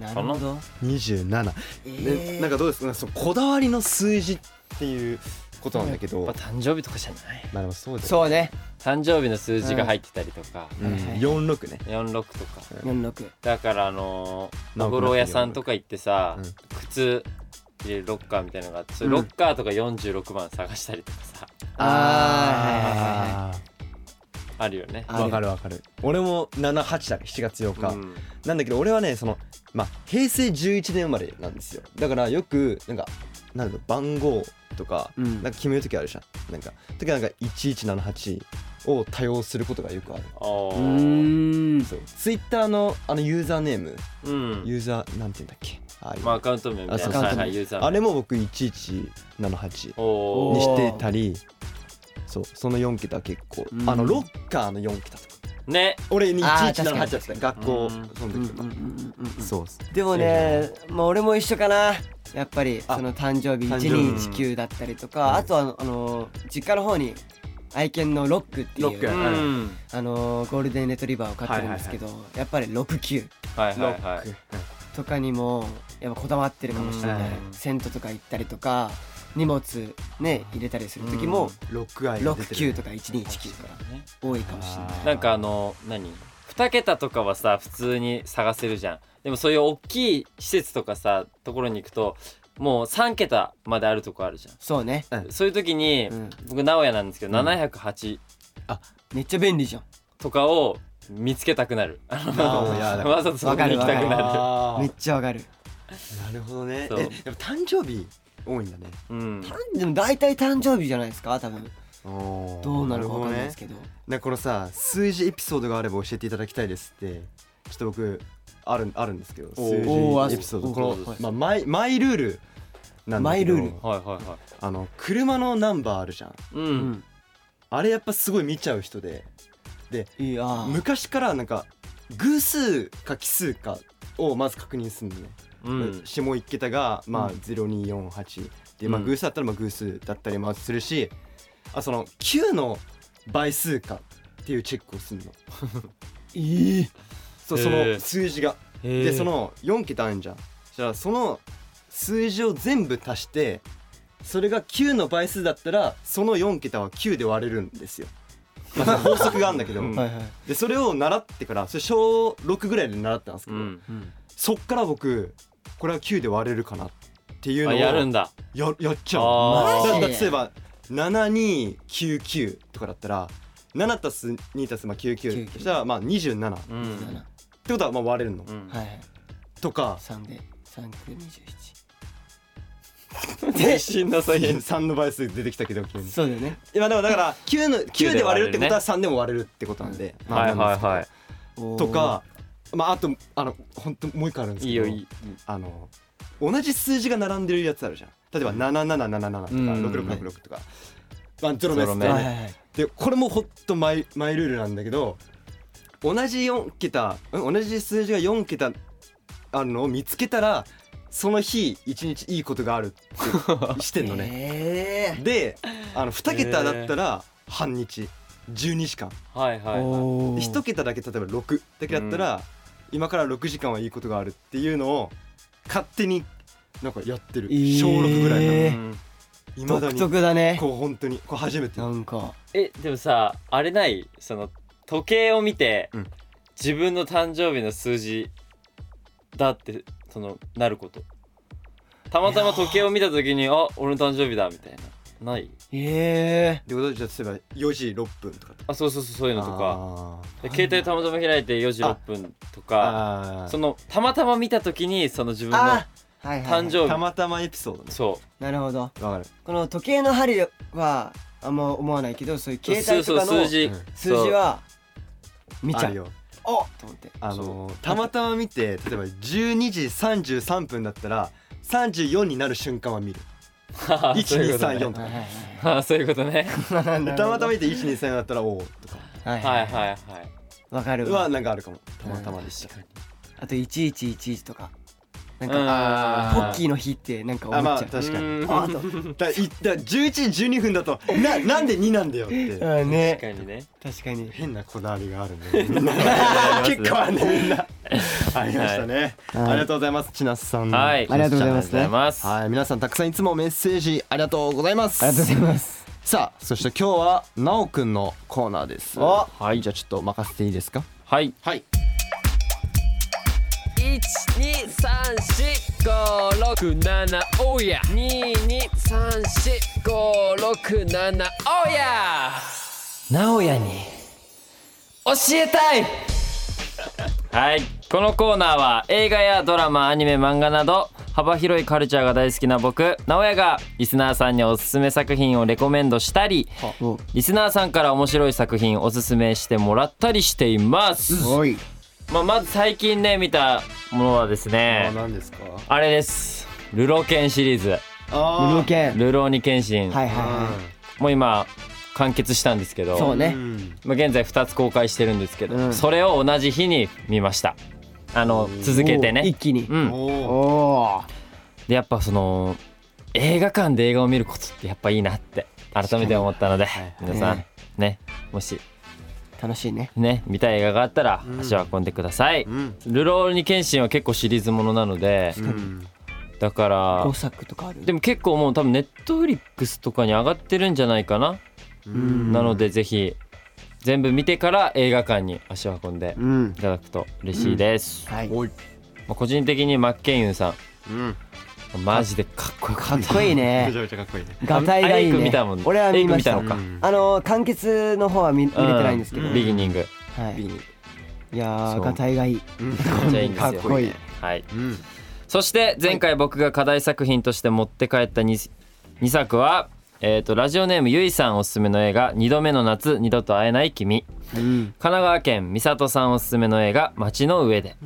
C: ーなるほど
A: 27、ね、なんかどうですかそうこだわりの数字っていうことなんだけど、
B: まあ、誕生日とかじゃない
A: まあでもそうです
C: そうね
B: 誕生日の数字が入ってたりとか、
A: うん、46ね
B: 46とか
C: 四六
B: だからあのー、
A: なん
B: お
A: か
B: 風呂屋さんとか行ってさ、
A: うん
B: 靴入れるロッカーみたいなのがあってそれ
A: うん
B: ロッカーとか46番探したりとかさ、
C: あ
B: あるよね
C: あ
A: ーわかるわかる俺も78だから7月8日、
B: うん
A: なんだけど俺はねそのまあ平成11年生まれなんですよだからよくなんかなんだろう番号とか
C: ーはいはいはいうん
A: なんか決める時あるじゃんなんか時はなんか1178を多用することがよくある
B: お
C: う
B: ー
C: ーん
A: そうツイッターのあのユーザーネーム
B: うん
A: ユーザーなんて言うんだっけああいう
B: まあアカウント名みたい
A: あそう
B: な
A: そう
B: はいはいユーザー名
A: あれも僕1178
B: おお
A: にしてたりそうその4桁結構
C: うん
A: あのロッカーの4桁とか
B: ね
A: 俺に
C: あー
A: 1178だった
C: 確
A: 学校
B: う
A: そ
B: ん
A: の
C: うんうん
A: 時
C: う
A: は
C: んうんうん
A: そうっす
C: でもね、まあ、俺も一緒かなやっぱり
A: あ
C: その誕生日
A: 誕生
B: 日
C: 1219だったりとかあとはあのあの実家の方に愛犬のロックって
A: ロ
C: い
A: ック
B: う、
C: うん
A: ん
C: あのゴールデンレトリバーを飼ってるんですけど、やっぱり69
B: はい
A: ロ
B: はい
A: ッ
B: は
A: ク
B: い
C: とかにもやっぱこだわってるかもしれない、
A: うん
C: 銭湯とか行ったりとか荷物ね入れたりする時も
A: ロックアイが出て
C: 69
A: る
C: とか1219とか
B: ね
C: 多いかもしれない
A: あー
B: なんかあの何2桁とかはさ普通に探せるじゃんでもそういう大きい施設とかさところに行くともう3桁まであるとこあるじゃん
C: そうね
B: そういう時に、
C: うん
B: 僕名古屋なんですけど、708
C: めっちゃ便利じゃん
B: とかを見つけたくなる。あ
A: あーいやだ
B: の
A: から
B: わざとそこに行きたく
C: わか
B: なる。
A: あー
C: めっちゃわかる
A: なるほどね
B: そう
A: えやっぱ誕生日多いんだね
B: うん。
C: でも大体誕生日じゃないですか多分ど
A: ど
C: うなるかわかんないですけど
A: なんかこのさ数字エピソードがあれば教えていただきたいですってちょっと僕あるあるんですけど
B: お
A: 数
C: おーあ
A: 字エピソー
C: そ
A: ド
C: う
A: こ
C: はい
A: の、まあ、マイマイルールなんだけど
C: マイルール
B: はいはいは
A: あの車のナンバーあるじゃん
B: い。う。
C: うん
A: あれやっぱすごい見ちゃう人で
C: いやー
A: 昔からなんか偶数か奇数かをまず確認するのね、
B: うん。
A: 下1桁がまあ
C: うん
A: 0248で、まあ、
B: うん
A: 偶数だったらまあ偶数だったりもするしあその9の倍数かっていうチェックをするの
C: いい
A: そう
B: へ
A: そ
B: ー
A: の数字が
B: で
A: でその4桁あるんじゃんじゃあその数字を全部足してそれが9の倍数だったらその4桁は9で割れるんですよ、まあ、その法則があるんだけど、
B: うん
C: はいはい
A: でそれを習ってからそれ小6ぐらいで習ったんですけ
B: う
A: ど、
B: ん。
A: そっから僕これは9で割れるかなっていうの
B: あ
A: を
B: やるんだ。
A: ややっちゃ
B: あ
A: う
C: ー
A: だだ例えば7299とかだったら7たす2たすまあ99
C: 99
A: そしたらまあ27っ
B: うん。
C: 七
A: てことはまあ割れるの
B: うん
C: はいはい
A: とか
C: 三で三九二十
B: 最新の再 現。
A: 3の倍数出てきたけど急に
C: 七そうだよね
A: 今でもだから9の9で 割れるってことは
B: ね
A: 3でも割れるってことなんで、まあ
B: はい
A: なん
B: は
A: で
B: い
A: すけど
B: はい。
C: おー
A: とかまああとあの本当もう一個あるんです
B: い
A: けど
B: いよいい。
A: あの同じ数字が並んでるやつあるじゃん例えば7777とか
B: うん
A: 6666とか、あゾロ目で
B: ゾロ
A: す
B: 目
A: はいはいはいでこれもほんとマイマイルールなんだけど同じ4桁ん同じ数字が4桁あるのを見つけたらその日一日いいことがあるってしてんの ね
C: ええ
A: であの2桁だったら半日12時間
B: はいはいはい
C: お
A: で
C: ー
A: 1桁だけ例えば6だけだったら、今から6時間はいいことがあるっていうのを勝手になんかやってる、
C: えー
A: 小6ぐらいから
C: え
B: うん
A: いまだ
C: 独
A: に
C: 特だね
A: こう本当にこう初めて
C: なんか
B: えでもさあれないその時計を見て、
A: うん
B: 自分の誕生日の数字だってそのなることたまたま時計を見た時にあ俺の誕生日だみたいなない
C: ええ
A: で私たち例えば4時6分とか
B: あそうそうそうそういうのとか
A: か
B: で携帯たまたま開いて4時6分とか
A: あー
B: そのたまたま見た時にその自分の
C: あはいはいはい
B: 誕生日、
A: たまたまエピソードね
B: そ
C: なるほど
A: わかる
C: この時計の針はあんま思わないけどそういう
B: う
C: 携帯とか
B: そうそう
C: の
B: 数字、
A: うん
C: 数字は見ち
A: あ
C: ゃ
A: る
C: う
A: よ
C: おっと思って
A: あのーたまたま見て例えば12時33分だったら34になる瞬間は見る
B: そうそういうことね
A: 1234と
C: はい
A: か
C: はい
B: あ そういうことね
C: はい
A: で
C: なるほど
A: たまたま見て123だったらおおとか
C: はい
B: は
C: はいいは
B: はいはい
C: いわかる
A: は
C: わ
A: なんかあるかもたまたまでした
B: 確かに
C: あと1111とかなん
B: うん
C: かポッキーの日ってなんか思
A: あ
C: っち
A: ま
C: ゃ
A: あ
C: う
A: 確かに
B: う
A: あ
B: ん
A: だいだ11時12分だとななんで2なんだよって
C: うん
B: 確
C: ね
B: かにね
C: 確かに
A: 変なこだわりがあるねみんな結構あるねみんなありましたね
C: はい
A: ありがとうございますちなさん
B: はい
C: ありがとうござい
B: ありが
C: ます
B: とうございます
A: はい皆さんたくさんいつもメッセージありがとうございます
C: ありがとうございます
A: さあそして今日はなおくんのコーナーです
C: お
A: はいじゃあちょっと任せていいですか
B: はい
A: はい
B: 一二三四五六七おや二二三四五六七おやなおやに教えたいはいこのコーナーは映画やドラマアニメ漫画など幅広いカルチャーが大好きな僕直哉がリスナーさんにおすすめ作品をレコメンドしたり
C: お
B: リスナーさんから面白い作品おすすめしてもらったりしています。
C: おい
B: まあ、まず最近ね見たものはですね
A: 何ですか
B: あれですルロケンシリーズ
C: 無料
A: あ
C: 券
B: ルローニケンシン、
C: はいはいは
B: もう今完結したんですけ
C: いそ
B: ど
C: う
A: ー
C: ね
B: まあ、現在2つ公開してるんですけど、
C: うん
B: それを同じ日に見ましたあの続けて
C: おー
B: ね
C: 一気に
B: うん
C: お
A: おー
C: お
B: でやっぱその映画館で映画を見ることってやっぱいいなって改めて思ったので、皆さん
C: ね
B: ねもし
C: 楽しいね
B: ね見たい映画があったら足を運んでください、
A: うん
B: ルローニケンシンは結構シリーズものなので、
A: うん
B: だから
C: 5作とかある
B: でも結構もう多分ネットフリックスとかに上がってるんじゃないかな、
A: うん
B: なのでぜひ全部見てから映画館に足を運んで
C: うん
B: いただくと嬉しいです、
C: はい
A: おい
B: まあ個人的にマッケンユンさ
A: うん
B: んマジでかっこよか
C: か
B: っ
C: ったこい
A: め
C: い ね
A: ちゃめちゃかっこいいね
C: ガタイがいい
B: あれエイク
C: ね
B: 見たもん
C: 俺は見ました
B: エイク見たのか
A: うん
C: あの完結の方は見見れて
B: うん
C: ないんですけど、
A: う
B: ビギニング
C: は
A: ビ
C: い、
A: ギニ
C: いや
B: そう
C: ーガタイがいい
B: めっちゃいいんですよ
C: かっこいい
B: はい、
A: うん
B: そして前回僕が課題作品として持って帰った 2, 2作は、えー、とラジオネームゆいさんおすすめの映画「2度目の夏二度と会えない君」神奈川県美里さんおすすめの映画「街の上で」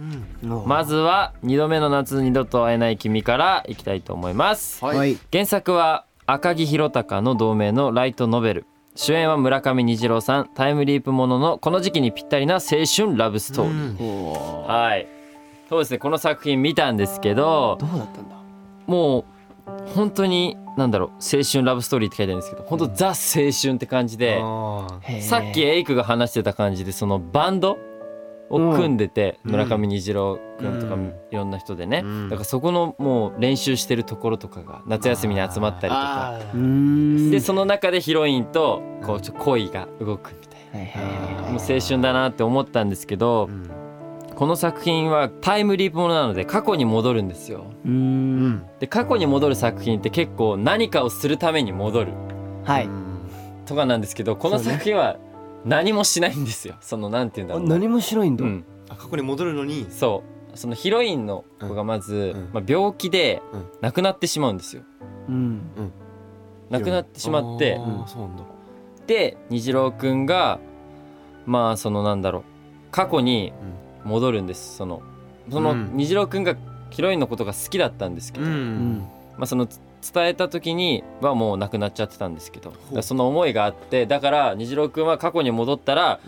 B: まずは2度目の夏二度と会えない君からいきたいと思います、
A: はい
C: はい
B: 原作は赤木弘隆の同名のライトノベル主演は村上虹郎さんタイムリープもののこの時期にぴったりな青春ラブストーリー、はいそうですねこの作品見たんですけど
C: どうだったんだ
B: もう本当に何だろう青春ラブストーリーって書いてあるんですけど本当ザ青春って感じで、
A: あ
C: へー
B: さっきエイクが話してた感じでそのバンドを組んでて、
A: うん
B: 村上虹郎くんとか
A: うん
B: いろんな人でね、
A: うん
B: だからそこのもう練習してるところとかが夏休みに集まったりとか
A: ー
C: うーん
B: でその中でヒロインとこうちょ恋が動くみたい
C: はいはいはい
B: な
C: は
B: もう青春だなって思ったんですけど
A: うん
B: この作品はタイムリープものなので過去に戻るんですよ。
C: いうーん
B: で過去に戻る作品って結構何かをするために戻る
C: はい
B: とかなんですけどこの
C: そうね
B: 作品は何もしないんですよ。そのなんて言うんだ
C: あ
B: ろうな。
C: 何もしないんだ、
B: うん
A: あ過去に戻るのに
B: そうそのヒロインの子がまず、
A: うん
B: まあ、病気で
A: うん
B: 亡くなってしまうんですよ
C: うん
B: 亡くなってしまって
A: あーそうなんだ
B: で虹郎くんがまあそのなんだろう過去に戻るんですそのそうの
A: ん
B: 虹郎くんがヒロインのことが好きだったんですけど、
A: う
C: うんん
B: まあ、その伝えた時にはもうなくなっちゃってたんですけどだからその思いがあってだから虹郎くんは過去に戻ったら、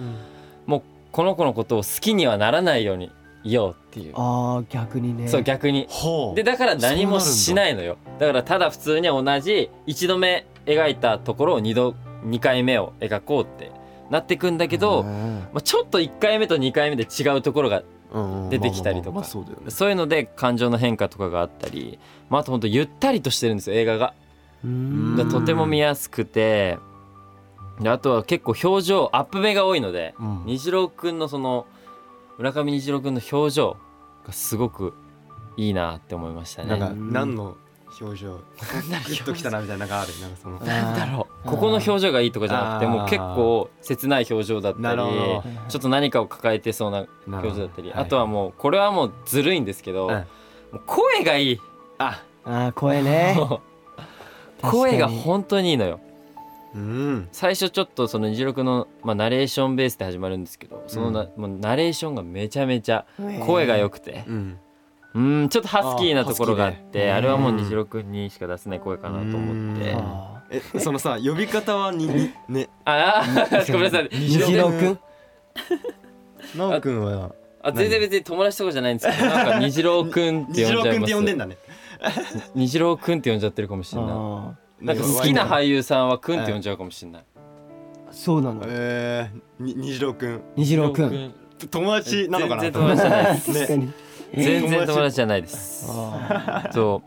B: もうこの子のことを好きにはならないようにいようっていう
C: ああ逆にね
B: そう逆に
A: ほう
B: でだから何もしないのよだからただ普通に同じ1度目描いたところを2度2回目を描こうってなってくんだけど、まあ、ちょっと1回目と2回目で違うところが出てきたりと
A: まあまあまあま
B: か
A: あそうだよね
B: そういうので感情の変化とかがあったり、まあ、あと本当ゆったりとしてるんですよ映画が。だからとても見やすくてであとは結構表情アップ目が多いので、
A: うん
B: 虹郎くんのその村上虹郎くんの表情がすごくいいなって思いましたね。
A: なんか何の表情グッときたなみたいなのがあるなんかその
B: なんだろうここの表情がいいとかじゃなくて
A: あー
B: もう結構切ない表情だった
A: な
B: り
A: るほど
B: ちょっと何かを抱えてそうな
A: なる
B: 表
A: ほ
B: 情だ
A: ど
B: ったり
A: はい
B: あとはもうこれはもうずるいんですけど、
A: うん
B: もう声がいい
A: あ
C: ああ声ね
B: 声が
C: 確かに
B: 本当にいいのよ
A: うん
B: 最初ちょっとその26の、まあ、ナレーションベースで始まるんですけどそのな、もうナレーションがめちゃめちゃ声が良くて
A: うん
B: うんちょっとハスキーなところがあっ
A: あーハス
B: てあれはもう26にしか出せない声かなと思って
A: うん
C: あ
A: えそのさ呼び方はににね
B: あーごめんなさい
C: 虹郎くん
A: なおくんは
B: あ全然別に友達とかじゃないんですけどなんか虹郎くんって
A: 虹
B: 呼ん
A: 郎
B: じゃ
A: くん
B: い
A: っ
B: ます
A: て呼んでんだね
B: 虹郎くんって呼んじゃってるかもしれな
C: あ
B: いなんか好きな俳優さんはくんって呼んじゃうかもしれない
C: ーそうなの
A: えーに虹郎くん
C: 虹郎くん
A: と友達なのかな
B: 全然友達じゃないです
C: 確かに
B: 全然友達じゃないです
C: あ
B: そ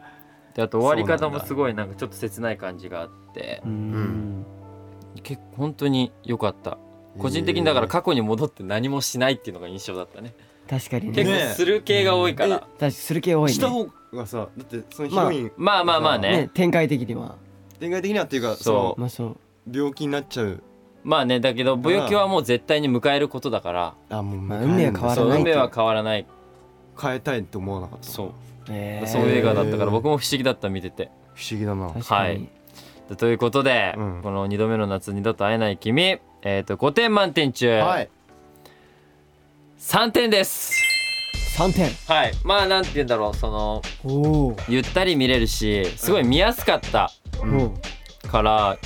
B: うであと終わり方もすごいなんかちょっと切ない感じがあって
C: ーうん
B: 結構本当に良かった個人的にだから過去に戻って何もしないっていうのが印象だったね
C: 確かにね
B: 結
A: ね
B: 構する系が多いか
A: え
B: ら
C: 確かにする系多いね
A: した方がさだってそのヒロイン
B: まあまあまあ
C: ね
B: ね
C: 展開的には
A: 展開的にはっていうか
B: そう
A: その
C: まあそう
A: 病気になっちゃう
B: まあねだけど病気はもう絶対に迎えることだから
A: あもう
C: まあ運命は変わら
B: そう
C: ない
B: 運
C: と
B: 命は変わらない
A: 変えたいと思わなかった
B: そう
C: えー
B: そういう映画だったか
A: へ
B: ら
A: ー
B: 僕も不思議だった見てて。
A: 不思議だな
C: 確か
B: は
C: に
B: ということで、
A: うん
B: この2度目の夏二度と会えない君、えー、と5点満点中、
A: はい
B: 3点です。
C: 3点
B: はい、まあなんて言うんだろうその
C: おー
B: ゆったり見れるしすごい見やすかった
C: お
A: ん
C: ー
B: から、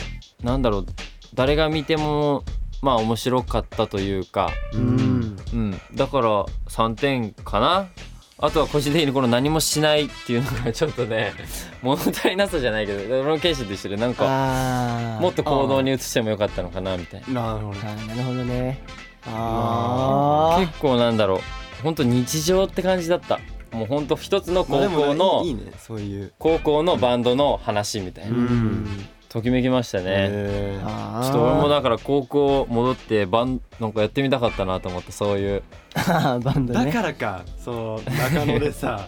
B: なんだろう誰が見てもまあ面白かったというか、
C: うん
B: うん、だから3点かな。あとは個人的にこの何もしないっていうのがちょっとね 物足りなさじゃないけど俺の剣心と一緒でなんか
C: あー
B: もっと行動に移してもよかったのかなみたい
A: なるほど
C: あーなるほどねあ
B: な
C: ー
B: 結構なんだろう本当日常って感じだったもう本当一つの
A: まあ
B: 高
A: で
B: 校
A: も
B: の
A: ねいいいねそういう
B: 高校のバンドの話みたいな、
A: うん
B: ときめきましたね、
A: えー
C: あ
B: ち
C: ー
B: ょっと俺もだから高校戻ってバンなんかやってみたかったなと思ってそういう
C: あ ーバンド
A: だ
C: ね
A: からかそう中野でさ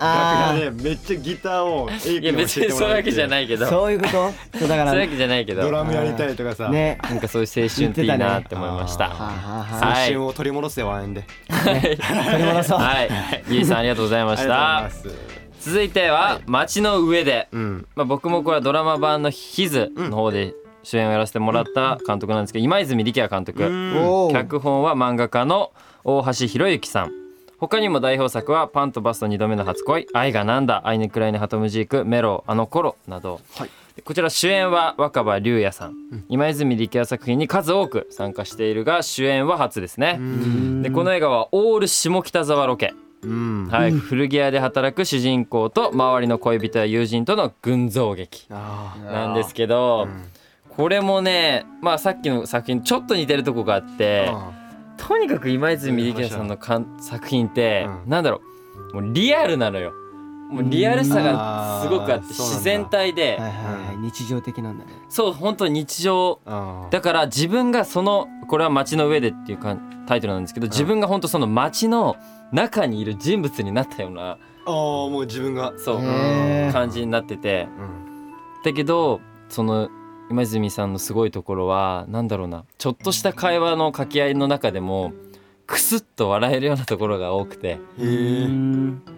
C: あ
A: 楽屋でめっちゃギターを A
B: いや
A: 君に
B: 別
A: 教え
B: に
A: ても
B: そうい
A: らっ
B: うわ
A: て
B: けじゃないいけど
C: あ
B: そう
C: そういうことそうだ
B: い
C: か
B: う
C: ら
B: わけじゃないけど
A: ド
B: な
A: ラムやりたいとかさ
C: ね
B: んかそういう青春っていいなって思いました、
A: 言って
C: はあはあはあ
B: さ
A: 青春を取り戻せワンエンで
C: 取り戻そう
B: はいゆいさんありがとうございまし
A: あ
B: た
A: りがとうございます
B: 続いては「街の上で」
A: うん
B: まあ、僕もこれはドラマ版の「ヒズ」の方で主演をやらせてもらった監督なんですけど今泉力也監督
C: おー
B: 脚本は漫画家の大橋博之さん他にも代表作は「パンとバスと2度目の初恋」「愛がなんだ」「アイネクライネハトムジーク」「メロあの頃」など、こちら主演は若葉龍也さん、今泉力也作品に数多く参加しているが主演は初ですねでこの映画はオール下北沢ロケ
A: うん
B: はい、古着屋で働く主人公と周りの恋人や友人との群像劇
A: あー
B: なんですけど、これもね、まあ、さっきの作品ちょっと似てるとこがあってとにかく今泉力也さんのかん作品って、
A: うん
B: なんだろうもうリアルなのよもうリアルさがすごくあ
A: うんあーそうなん
B: って
A: だ
B: 自然体で
C: はいはいはい日常的なんだね
B: そう本当に日常
A: あー
B: だから自分がそのこれは「街の上で」っていうかタイトルなんですけど自分が本当その街の中にいる人物になったような
A: あーもう自分が
B: そう
C: へー
B: 感じになってて。
A: うん
B: だけどその今泉さんのすごいところはなんだろうなちょっとした会話の掛け合いの中でもクスッと笑えるようなところが多くて
A: へ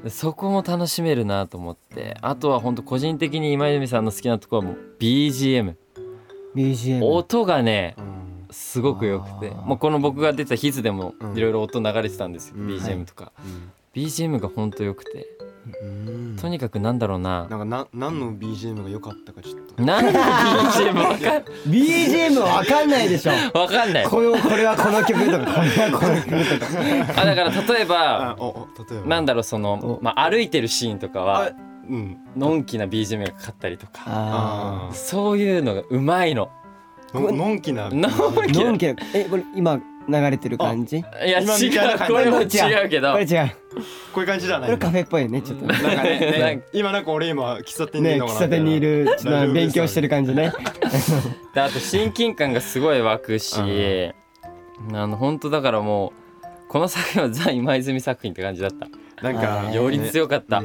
A: え
B: そこも楽しめるなと思ってあとは本当個人的に今泉さんの好きなところはもう BGM
C: BGM
B: 音がねすごく良くて
C: あー
B: もうこの僕が出てた「ヒズ」でも
A: うん
B: いろいろ音流れてたんですよ
A: うん
B: BGM とか
A: うん
B: BGM が本当良くてとにかくなんだろうな
A: なんかな何の BGM が良かったかちょっと
B: 何の BGM わか
C: BGM わかんないでしょ
B: わかんない
C: このこれはこの曲とかこれはこの曲とか
B: あだから例え
A: あ
B: ば
A: おお例えば
B: なんだろうその、まあ、歩いてるシーンとかは
A: うん
B: のんきな BGM がかかったりとか
C: あ
A: あ
B: そういうのがうまいの。
A: ーののんきな
B: のん
C: ー
B: き
C: のんきなえこれ今流れてる感じ
B: いや違
A: 今みたいな
B: う
A: 感じ
B: これも違うけど
C: これ違う
A: こういう感じじゃな
C: こ
A: い
C: れカフェっぽいよねちょっとね
A: なんかね
B: なん
A: ね今なんか俺今喫茶店にい
C: ね
A: るのかな
C: 喫茶店にいるちょっと勉強してる感じね
B: であと親近感がすごい湧くし、あの本当だからもうこの作品はザ・今泉作品って感じだった
A: じなんか
B: より
A: か
B: 強かった、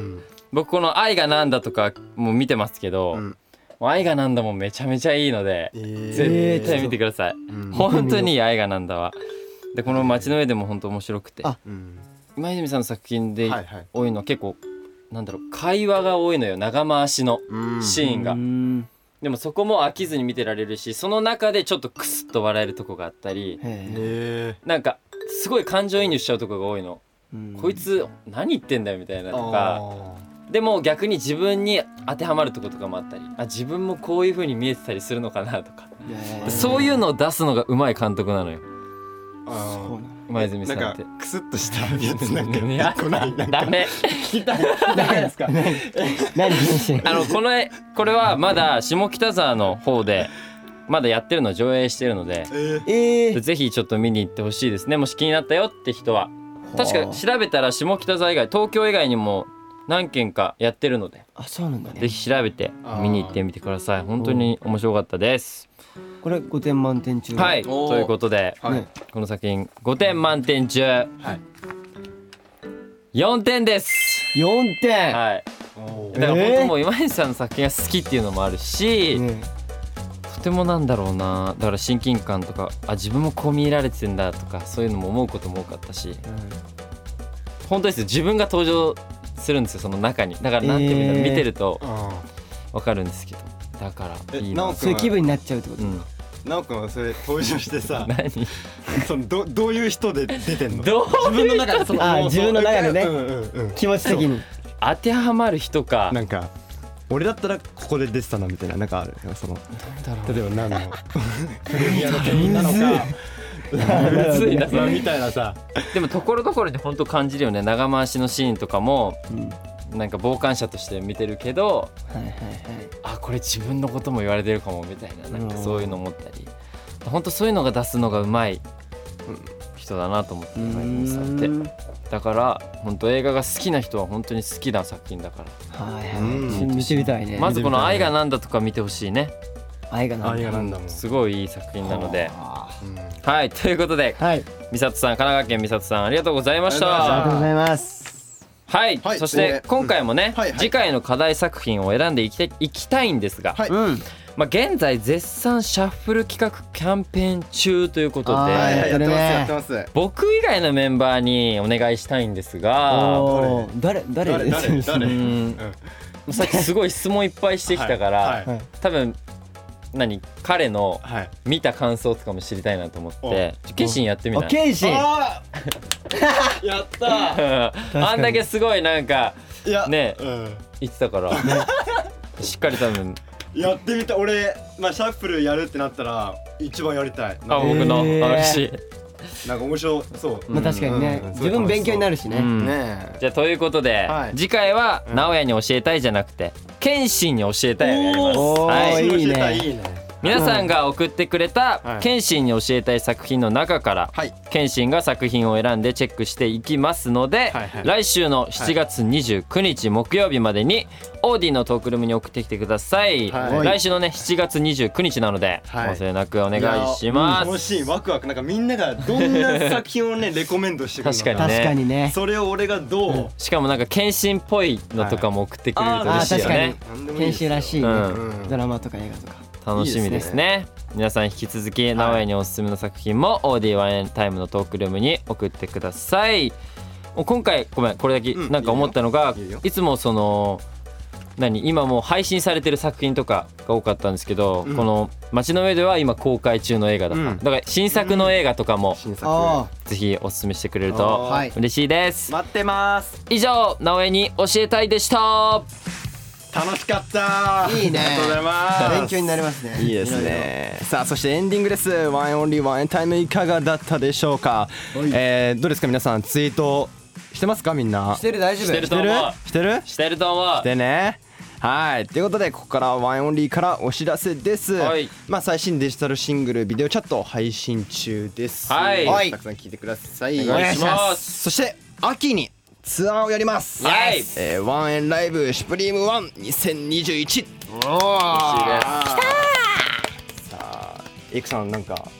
B: 僕この「愛がなんだ」とかも見てますけど「
A: うん
B: もう愛がなんだ」もめちゃめちゃいいので、絶対見てください、
A: うん
B: 本当にいい「愛がなんだは」でこの「街の上」でも本当面白くて
C: あ
A: うん
B: 今泉さんの作品で
A: はいはい
B: 多いのは結構なんだろう会話が多いのよ長回しの
A: うん
B: シーンが、
C: うん
B: でもそこも飽きずに見てられるしその中でちょっとクスッと笑えるとこがあったり
C: へ
A: え
B: なんかすごい感情移入しちゃうとこが多いの、
C: ーうん
B: こいつ何言ってんだよみたいな
A: ー
B: とかでも逆に自分に当てはまるとことかもあったりあ自分もこういう風に見えてたりするのかなとか
C: へー
B: そういうのを出すのがうまい監督なのよ
A: あー
B: 今泉さん
A: な
B: っ
A: ん
B: て
A: か。クスッとしたやつ なん
B: いや
A: か来ないなん
B: ダ
A: か
B: メ
C: 何シーン
B: あのこの絵これはまだ下北沢の方でまだやってるの上映してるので
A: えー
C: えー
B: ぜひちょっと見に行ってほしいですねもし気になったよって人は確か調べたら下北沢以外東京以外にも何軒かやってるので
C: あそうなんだね
B: ぜひ調べて見に行ってみてください本当に面白かったです
C: これ5点満点中
B: はい
A: おー
B: ということで
A: はい
B: この作品5点満点中4点です
C: 4点
B: はい
A: おー
B: だから
C: えー
B: 本当もう今井さんの作品が好きっていうのもあるし、
C: ね
B: とてもなんだろうなだから親近感とかあ自分もこう見られてんだとかそういうのも思うことも多かったし、本当ですよ自分が登場するんですよその中にだからなんていうの、
C: えー
B: 見てると
A: あ
B: わかるんですけどだから
A: え
B: いい
A: な
B: な
A: お
C: そういう気分になっちゃうってこ
B: う
C: と
B: ん、
A: ーなおくんはそれ登場してさ
B: 何
A: そのどどういう人で出てんの
B: どう
A: 自分の中でその
C: あー
A: 妄想
C: 自分の中でね
A: うんうんうん
C: 気持ち的に
B: 当てはまる人か
A: なんか俺だったらここで出てたなみたいななんかあるなんかその例えば何の古着屋の店員なのか
B: むずいな
A: まあみたいなさ
B: でもところどころに本当感じるよね長回しのシーンとかも
C: うん
B: なんか傍観者として見てるけど
C: はいはいはい
B: あこれ自分のことも言われてるかもみたいななんか
C: うん
B: そういうの思ったり本当そういうのが出すのがうまい人だなと思って
C: う
B: 今泉さんって
C: ーん
B: だから本当映画が好きな人は本当に好きな作品だから
C: はいは
A: うん
C: い見てみたいね
B: まずこの「愛がなんだ」とか見てほしいね
C: 愛がなんだ
A: がなんだもん
B: すごいいい作品なので
A: うん
B: はいということで
C: はいあり
B: 美里さん神奈川県美里さんありがとうございまし
A: あり
C: がとう
B: た
C: ございます
B: はい、
A: はい
B: そし
A: え
B: て
A: ー
B: 今回もね、
A: はいはい
B: 次回の課題作品を選んでいきたいいきたいんですが、
A: はい
C: うん
B: まあ、現在絶賛シャッフル企画キャンペーン中ということで、
C: あ
A: はい
C: ー
A: はい
C: や
A: や
C: っ
A: ってて
C: る
A: ま
C: ね
A: すやってます
B: 僕以外のメンバーにお願いしたいんですが
C: おー誰誰
A: 誰 誰
B: う
A: 誰
B: ーんさっきすごい質問いっぱいしてきたから、
A: はい
C: はい
B: 多分何彼の
A: はい
B: 見た感想とかも知りたいなと思ってケシンやってみ
C: あ
B: ない
C: ケイシー
A: あー やった
C: に
B: あんだけすごいなんか
A: ーいや
B: ね
A: うん
B: 言ってたからしっかり多分
A: やってみた俺まあシャッフルやるってなったら一番やりたいな
B: あ
A: んか
B: 僕の
C: えー
B: 話、
A: なんか面白そう
B: う
C: まあ
B: ん
C: 確かにね
A: うんうん
C: 自分勉強になるし
B: う
C: ね
B: ん
A: ね
B: じゃあということで、
A: はい
B: 次回は
A: ん
B: 直哉に教えたいじゃなくて謙信に教えたいをやります、
C: おー
B: はい、
C: いいね
A: いいね
B: 皆さんが送ってくれた
A: はい
B: 謙信に教えたい作品の中から
A: はい
B: 謙信が作品を選んでチェックしていきますので、
A: はいはい
B: 来週の7月29日木曜日までにオーディのトークルームに送ってきてください、
A: はい
B: 来週のね7月29日なので、
A: はい
B: お忘れなくお願いし
A: いや
B: ま
A: 楽
B: す
A: しいワクワクなんかみんながどんな作品を ねレコメンドしてくるの
B: 確か
C: 確かにね
A: それを俺がどう、
B: しかもなんか謙信っぽいのとかも送ってくれると嬉しいよ
C: はい
B: ね、
A: なんでもいい
C: ケ
A: で
C: イ
A: す
C: シ
A: よ
C: ーらしい
B: うん
C: ね
A: うん
C: ドラマとか映画とか
B: 楽しみですね皆さん引き続き直哉におすすめの作品も OD ワンエンタイムのトークルームに送ってくださいもう今回ごめんこれだけ
A: うん
B: なんか思ったのが、
A: いいよいいよ
B: いつもその何今もう配信されてる作品とかが多かったんですけど、この「街の上で」は今公開中の映画だった、
A: うん
B: だから新作の映画とかも
A: 新作
C: あ
B: ぜひおすすめしてくれる
C: あ
B: と
C: はい
B: 嬉しいです、
D: 待ってます
B: 以上直江に教えたいでした
E: 楽しかった
C: いいね
E: ありがとうございます
C: 勉強になりますね
A: いいですねさあそしてエンディングですワンオンリーワンエンタイムいかがだったでしょうか、えー、どうですか皆さんツイートしてますかみんな
C: してる大丈夫
B: してると
A: してる
B: 思う
A: してる
B: してると思う
A: でねはいということでここからはワンオンリーからお知らせです、
B: はい
A: まあ、最新デジタルシングルビデオチャット配信中です、
B: はい
A: たくさん聞いてください
C: お願いします
A: そして秋にツアーをやります
B: はい
A: えーワンエンライブシュプリームワン2021さあエクさんなんか、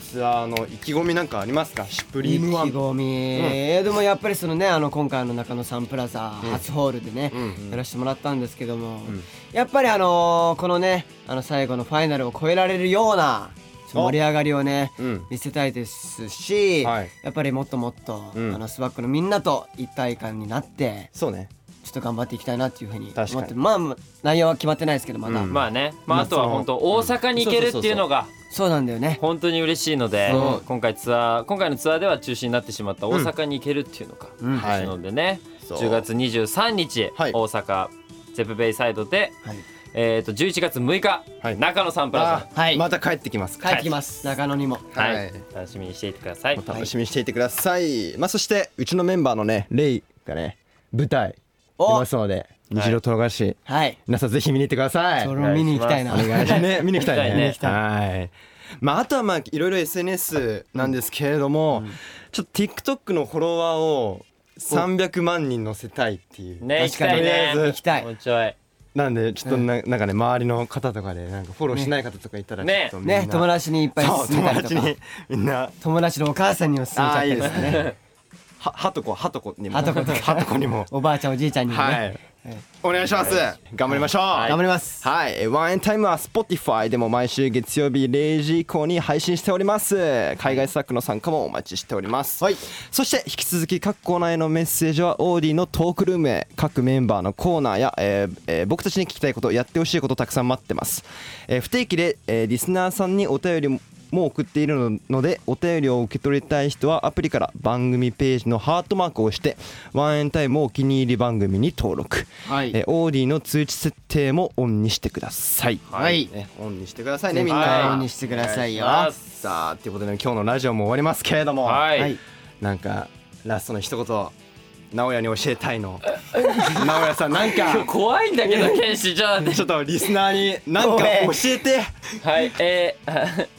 A: ツアーの意気込みなんかありますかシュプリームワ
C: 意気
A: ン
C: 込み、えーでもやっぱりそのねあの今回の中野サンプラザ初ホールでね、やらせてもらったんですけども、やっぱりあのーこのねあの最後のファイナルを超えられるような盛り上がりをね、
A: ん
C: 見せたいですし、
A: はい
C: やっぱりもっともっと、
A: うん
C: あのスワックのみんなと一体感になって
A: そうね
C: ちょっと頑張っていきたいなっていうふうに
A: 確か
C: 思
A: に
C: ってまあまあ内容は決まってないですけどまだ、
A: うん
B: まあね、まあ、あとは本当大阪に行けるっていうのが
C: そうなんだよね
B: 本当に嬉しいので今回ツアー今回のツアーでは中止になってしまった大阪に行けるっていうのが
C: ん
B: 嬉しいのでね、
A: そう
B: 10月23日、
A: はい
B: 大阪ゼブベイサイドで、
C: はい
B: えー、と11月6日、
A: はい
B: 中野サンプラ
C: はい
A: また帰ってきます
C: 帰ってきます中野にも
B: ザ、はい
A: はい
B: 楽しみにしていてください。
A: 楽しみにしていてください、まあそしてうちのメンバーのねレイがね舞台出
C: お
A: ますので虹色唐辛子、
C: はい
A: 皆さんぜひ見に行ってください
C: それを見に行きたいな
A: お願いします ね見に行きたいね
B: 見に行
C: きた
A: はいまああとはまあいろいろ SNS なんですけれども、ちょっと TikTok のフォロワーを300万人乗せたいっていう、
B: ね行き
C: 確か
B: た
C: に
B: いね
A: とりあえ
C: 行きたい
B: もうちょい
A: なんでちょっとな,、ん、かね周りの方とかでなんかフォローしない方とかいたらちょ
B: ね
A: っとみんな、
C: ね友達にいっぱい
A: そう
C: 勧めた
A: 友
C: りと
A: 達
C: か
A: にみんな
C: 友達のお母さんにも勧めちゃ
A: あ
C: った
A: あいい
C: り
A: で
C: と
A: す
C: かね
A: ねははとこはとこにも
C: はとこ
A: はとこに も
C: おばあちゃんおじいちゃんにもね、
A: はい。お願いします。頑張りましょう。
C: 頑張ります
A: はい、えーワンエンタイムは Spotify でも毎週月曜日0時以降に配信しております。海外スタックの参加もお待ちしております。はい。そして引き続き各コーナーへのメッセージはオーディのトークルームへ各メンバーのコーナーや、えーえー僕たちに聞きたいことやってほしいことたくさん待ってます。えー不定期で、えーリスナーさんにお便りももう送っているのでお便りを受け取りたい人はアプリから番組ページのハートマークを押してワンエンタイムをお気に入り番組に登録、
C: はい
A: えーオーディの通知設定もオンにしてください、
C: はい
A: ね、オンにしてくださいねみん
C: はい
A: な、
C: オンにしてくださいよ
A: お願しますさあということで今日のラジオも終わりますけれども、
B: はい、
C: はい
A: なんかラストの一言直哉に教えたいの 直哉さんなんか
B: 怖いんだけど剣士ちょっと待っ
A: ちょっとリスナーになんか教えて
B: てはいえー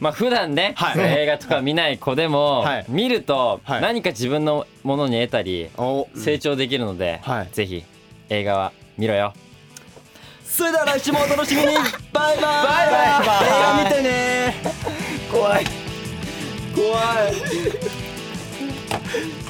B: まあ普段ね、
A: はい
B: 映画とか見ない子でも、
A: はい
B: 見ると
A: はい
B: 何か自分のものに得たり、
A: お
B: 成長できるので、
A: はい
B: ぜひ映画は見ろよ。
A: それでは来週もお楽しみに バイバイバイバイ映画見てね怖い怖い